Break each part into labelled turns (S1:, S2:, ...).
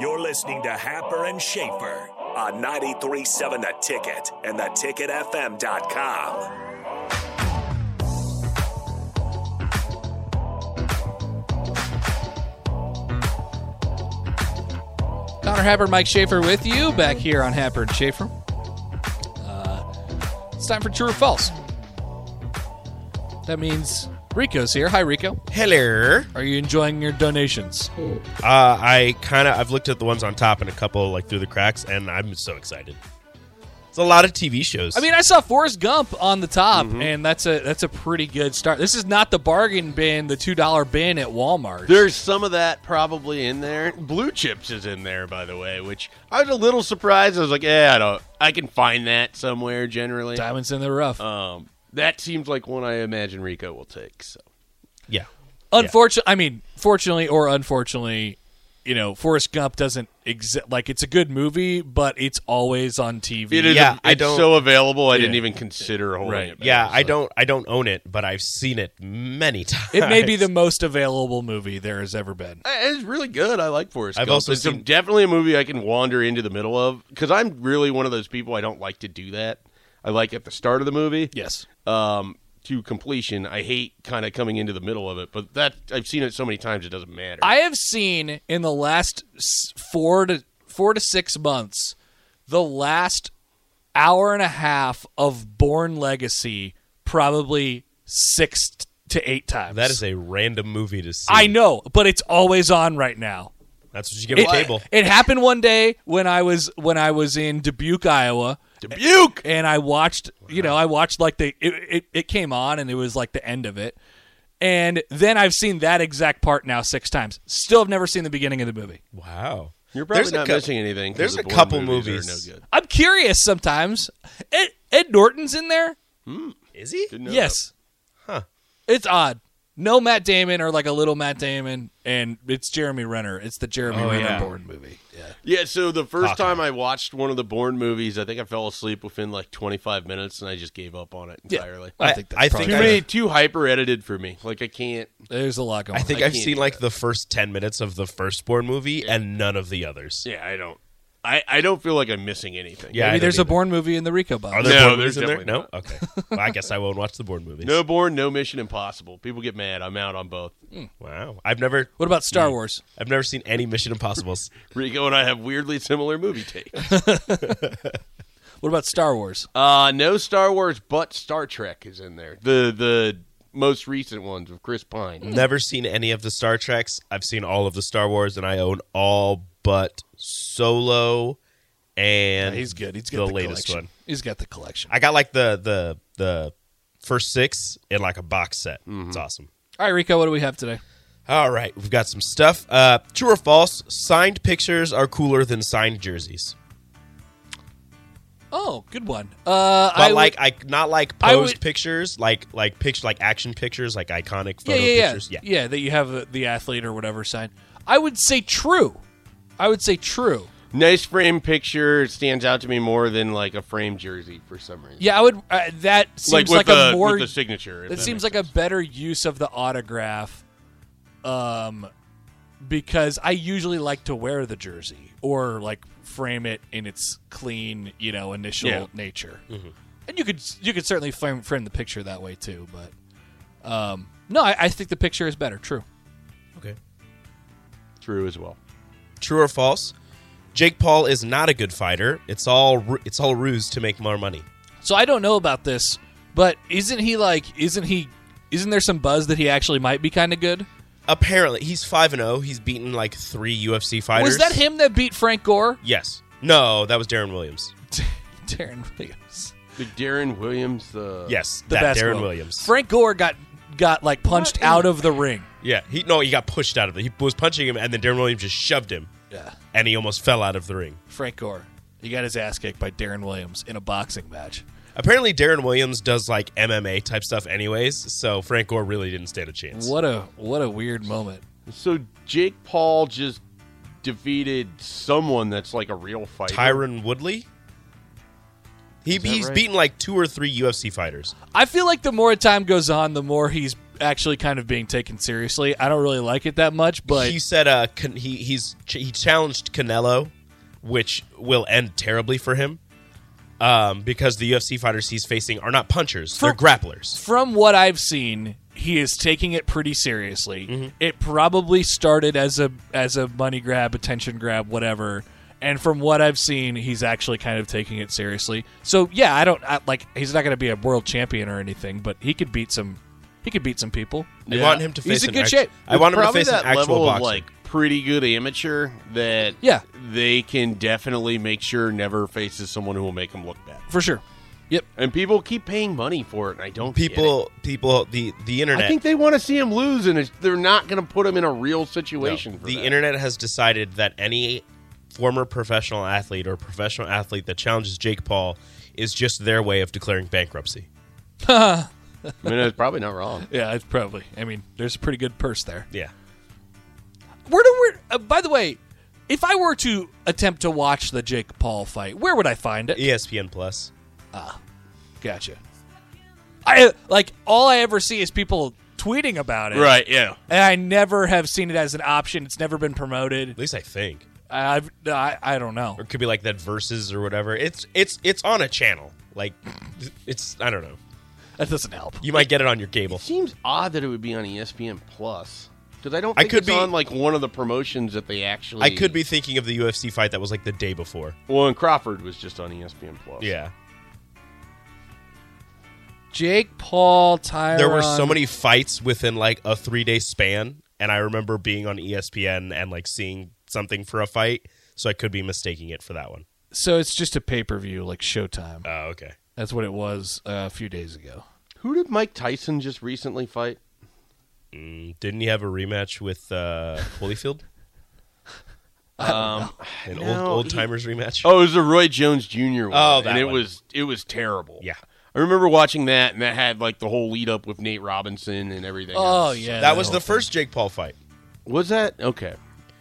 S1: You're listening to Happer and Schaefer on 937 The Ticket and theticketfm.com.
S2: Connor Happer, Mike Schaefer with you back here on Happer and Schaefer. Uh, it's time for true or false. That means Rico's here. Hi, Rico.
S3: Hello.
S2: Are you enjoying your donations?
S3: Uh, I kind of I've looked at the ones on top and a couple like through the cracks, and I'm so excited. It's a lot of TV shows.
S2: I mean, I saw Forrest Gump on the top, and that's a that's a pretty good start. This is not the bargain bin, the two dollar bin at Walmart.
S4: There's some of that probably in there. Blue chips is in there, by the way, which I was a little surprised. I was like, yeah, I don't, I can find that somewhere generally.
S2: Diamonds in the rough.
S4: Um, that seems like one I imagine Rico will take. So
S3: yeah.
S2: Unfortunately, I mean, fortunately or unfortunately, you know, Forrest Gump doesn't exist. Like, it's a good movie, but it's always on TV.
S4: it is.
S3: Yeah,
S4: it's
S3: I don't-
S4: so available. I didn't even consider holding
S2: Right.
S4: it. back,
S3: Yeah, I
S4: so.
S3: don't I don't own it, but I've seen it many times.
S2: It may be the most available movie there has ever been.
S4: Uh, It's really good. I like Forrest
S3: I've
S4: Gump.
S3: also
S4: it's a-
S3: seen-
S4: definitely a movie I can wander into the middle of because I'm really one of those people. I don't like to do that. I like at the start of the movie.
S2: Yes.
S4: um, to completion. I hate kind of coming into the middle of it, but that I've seen it so many times it doesn't matter.
S2: I have seen in the last s- four to four to six months, the last hour and a half of Born Legacy probably six t- to eight times.
S3: That is a random movie to see.
S2: I know, but it's always on right now.
S3: That's what you get with
S2: It-
S3: cable.
S2: It happened one day when I was when I was in Dubuque, Iowa,
S4: Dubuque.
S2: and I watched. You know, I watched like the it, it, it came on, and it was like the end of it. And then I've seen that exact part now six times. Still, have never seen the beginning of the movie.
S3: Wow.
S4: You're probably
S3: There's a
S4: not
S3: cou-
S4: missing anything. 'cause
S3: There's
S4: the
S3: a
S4: Bourne
S3: couple
S4: movies,
S3: movies.
S4: are no good.
S2: I'm curious sometimes. Ed, Ed Norton's in there.
S3: Is he?
S4: Didn't know
S2: yes. Huh. It's odd. No Matt Damon or like a little Matt Damon, and it's Jeremy Renner. It's the Jeremy Renner
S3: Oh, yeah.
S2: Bourne movie. Yeah.
S4: that. Yeah. So the first
S3: Hawkeye.
S4: time I watched one of the Bourne movies, I think I fell asleep within like 25 minutes, and I just gave up on it
S2: Yeah.
S4: entirely.
S2: I,
S3: I-
S2: think
S3: I
S2: that's probably
S3: think
S4: Too
S3: I-
S4: many, too hyper edited for me. Like I can't.
S2: there's a lot going
S3: I
S2: on.
S3: think
S4: I
S3: I have
S4: can't
S3: seen
S4: do
S3: like the first 10 minutes of the first Born movie and none of the others.
S4: Yeah, I don't. I, I don't feel like I'm missing anything.
S3: I
S2: Maybe
S3: don't
S2: there's a
S3: either.
S2: Bourne movie in the Rico box.
S3: Are there
S4: No,
S3: Bourne
S4: there's
S3: movies in there?
S4: definitely
S3: No. Okay. Well, I guess I won't watch the Bourne movies.
S4: No Bourne, no Mission Impossible. People get mad. I'm out on both.
S3: Wow. I've never
S2: what about
S3: Hmm.
S2: Star Wars?
S3: I've never seen any Mission Impossibles.
S4: Rico and I have weirdly similar movie takes.
S2: What about Star Wars?
S4: Uh no Star Wars, but Star Trek is in there. The the most recent ones with Chris Pine.
S3: never seen any of the Star Treks. I've seen all of the Star Wars, and I own all but Solo and
S2: Uh, He's good. He's got
S3: the,
S2: the
S3: latest
S2: collection.
S3: one.
S2: He's got the collection.
S3: I got like the the the first six in like a box set.
S2: Mm-hmm.
S3: It's awesome.
S2: All right, Rico, what do we have today?
S3: All right, we've got some stuff. Uh, true or false? Signed pictures are cooler than signed jerseys,
S2: Oh, good one. Uh,
S3: but
S2: I would-
S3: like I not like
S2: I
S3: posed
S2: would-
S3: pictures, like like picture like action pictures, like iconic
S2: yeah, yeah,
S3: photo
S2: yeah,
S3: pictures.
S2: yeah, That you have the, the uh, athlete or whatever sign. I would say true. I would say true.
S4: Nice frame picture stands out to me more than like a frame jersey for some reason.
S2: Yeah, I would. Uh, that seems
S4: with
S2: like,
S4: the,
S2: a more
S4: with the signature. if
S2: that seems
S4: makes
S2: like a better use of the autograph, um, because I usually like to wear the jersey or like frame it in its clean, you know, initial
S4: Yeah.
S2: nature. And you could you could certainly frame, frame the picture that way too, but um, no, I, I think the picture is better. True.
S3: Okay.
S4: sense. true as well.
S3: True or false? Jake Paul is not a good fighter. It's all ru- it's all ruse to make more money.
S2: So I don't know about this, but isn't he like? Isn't he? Isn't there some buzz that he actually might be kind of good?
S3: Apparently, he's 5 and 0. He's beaten like 3 UFC fighters.
S2: Was that him that beat Frank Gore?
S3: Yes. No, that was Darren Williams.
S2: Darren Williams.
S4: The Darren Williams, uh, the
S3: Yes,
S2: Uh, the
S3: that
S2: basketball.
S3: Darren Williams.
S2: Frank Gore got got like punched out of the ring.
S3: yeah, he no, he got pushed out of it. He was punching him and then Darren Williams just shoved him
S2: Yeah,
S3: and he almost fell out of the ring.
S2: Frank Gore. He got his ass kicked by Darren Williams in a boxing match.
S3: Apparently, Darren Williams does like MMA type stuff, anyways. So Frank Gore really didn't stand a chance.
S2: What a what a weird moment.
S4: So Jake Paul just defeated someone that's like a real fighter.
S3: Tyron Woodley? He,
S4: that
S3: he's
S4: right?
S3: beaten like two or three UFC fighters.
S2: I feel like the more time goes on, the more he's actually kind of being taken seriously. I don't really like it that much, but
S3: he said uh, Can- he he's ch- he challenged Canelo, which will end terribly for him, um, because the UFC fighters he's facing are not punchers; they're grapplers.
S2: from what I've seen, he is taking it pretty seriously. It probably started as a as a money grab, attention grab, whatever. And from what I've seen, he's actually kind of taking it seriously. So yeah, I don't I, like he's not going to be a world champion or anything, but he could beat some he could beat some people.
S3: I want him to
S2: He's
S3: face.
S2: in
S3: an
S2: good
S3: act-
S2: shape.
S3: I want him to
S4: Probably
S3: face an
S4: that
S3: actual
S4: level
S3: boxer.
S4: of like pretty good amateur that
S2: Yeah.
S4: they can definitely make sure never faces someone who will make them look bad.
S2: For sure. Yep.
S4: And people keep paying money for it, and I don't get it.
S3: people, people, the the internet.
S4: I think they want to see him lose, and it's, they're not going to put him in a real situation.
S3: No.
S4: for
S3: the
S4: that.
S3: internet has decided that any former professional athlete or professional athlete that challenges Jake Paul is just their way of declaring bankruptcy.
S4: I mean, it's probably not wrong.
S2: Yeah, it's probably. I mean, there's a pretty good purse there.
S3: Yeah.
S2: Where do we uh, By the way, if I were to attempt to watch the Jake Paul fight, where would I find it?
S3: ESPN Plus.
S2: Gotcha. I like all I ever see is people tweeting about it,
S4: Yeah.
S2: And I never have seen it as an option. It's never been promoted.
S3: At least I think.
S2: I- I've I, I don't know.
S3: Or it could be like that versus or whatever. It's it's it's on a channel. Like it's I don't know.
S2: That doesn't help.
S3: You might get it on your cable.
S4: Seems odd that it would be on E ESPN Plus because I don't.
S3: I
S4: Think
S3: could
S4: it's
S3: be-
S4: on like one of the promotions that they actually.
S3: I could be thinking of the UFC fight that was like the day before.
S4: Well, and Crawford was just on E ESPN Plus.
S3: Yeah.
S2: Jake Paul, Tyron.
S3: There were so many fights within like a 3-day span and I remember being on E ESPN and like seeing something for a fight, so I could be mistaking it for that one.
S2: So it's just a pay per view, like Showtime.
S3: Oh, okay.
S2: That's what it was uh, a few days ago.
S4: Who did Mike Tyson just recently fight?
S3: Mm, Didn't he have a rematch with uh, Holyfield? um, an old
S4: no,
S3: old
S4: he-
S3: timers rematch.
S4: Oh, it was the Roy Jones Jr. one.
S3: Oh, that
S4: and it
S3: one.
S4: was it was terrible.
S3: Yeah.
S4: I remember watching that, and that had like the whole lead up with Nate Robinson and everything.
S2: Oh
S4: else.
S2: yeah,
S3: that was the
S2: whole-
S3: first Jake Paul fight
S4: was that okay?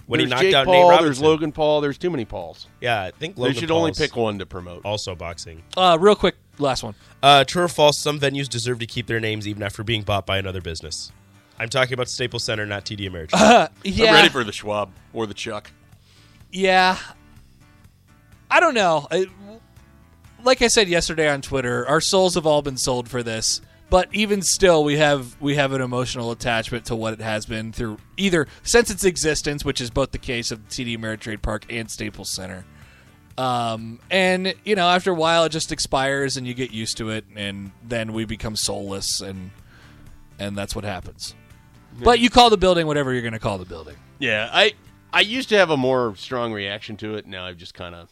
S3: when
S4: there's
S3: he knocked
S4: Jake
S3: out
S4: Paul,
S3: Nate
S4: There's
S3: Robinson.
S4: Logan Paul. There's too many Pauls.
S3: yeah, I think Logan
S4: they should
S3: Paul's
S4: only pick one to promote.
S3: Also boxing.
S2: Uh, real quick, last one.
S3: Uh, true or false? Some venues deserve to keep their names even after being bought by another business. I'm talking about Staples Center, not TD Ameritrade.
S2: Yeah,
S4: I'm ready for the Schwab or the Chuck.
S2: Yeah. I don't know. I, like I said yesterday on Twitter, our souls have all been sold for this. But even still, we have we have an emotional attachment to what it has been through either since its existence, which is both the case of TD Ameritrade Park and Staples Center. Um, and you know, after a while, it just expires, and you get used to it, and then we become soulless, and and that's what happens. But you call the building whatever you're going to call the building.
S4: Yeah, I I used to have a more strong reaction to it. Now I've just kind of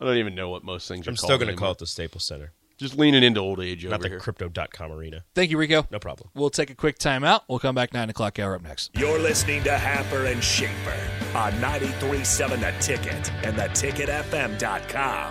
S4: I don't even know what most things are.
S3: I'm still
S4: going to
S3: call it the Staples Center,
S4: just leaning into old age
S3: not
S4: over
S3: the
S4: here.
S3: Crypto.com arena.
S2: Thank you, Rico.
S3: No problem.
S2: We'll take a quick timeout. We'll come back nine o'clock hour up next.
S1: You're listening to Happer and Schaefer on 93.7 The Ticket and theticketfm.com.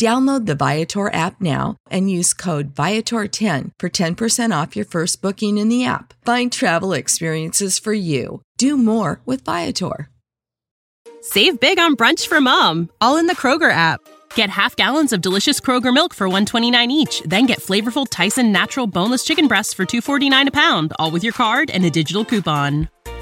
S5: Download the Viator app now and use code Viator10 for 10% off your first booking in the app. Find travel experiences for you. Do more with Viator.
S6: Save big on brunch for mom, all in the Kroger app. Get half gallons of delicious Kroger milk for 129 each, then get flavorful Tyson natural boneless chicken breasts for 249 a pound, all with your card and a digital coupon.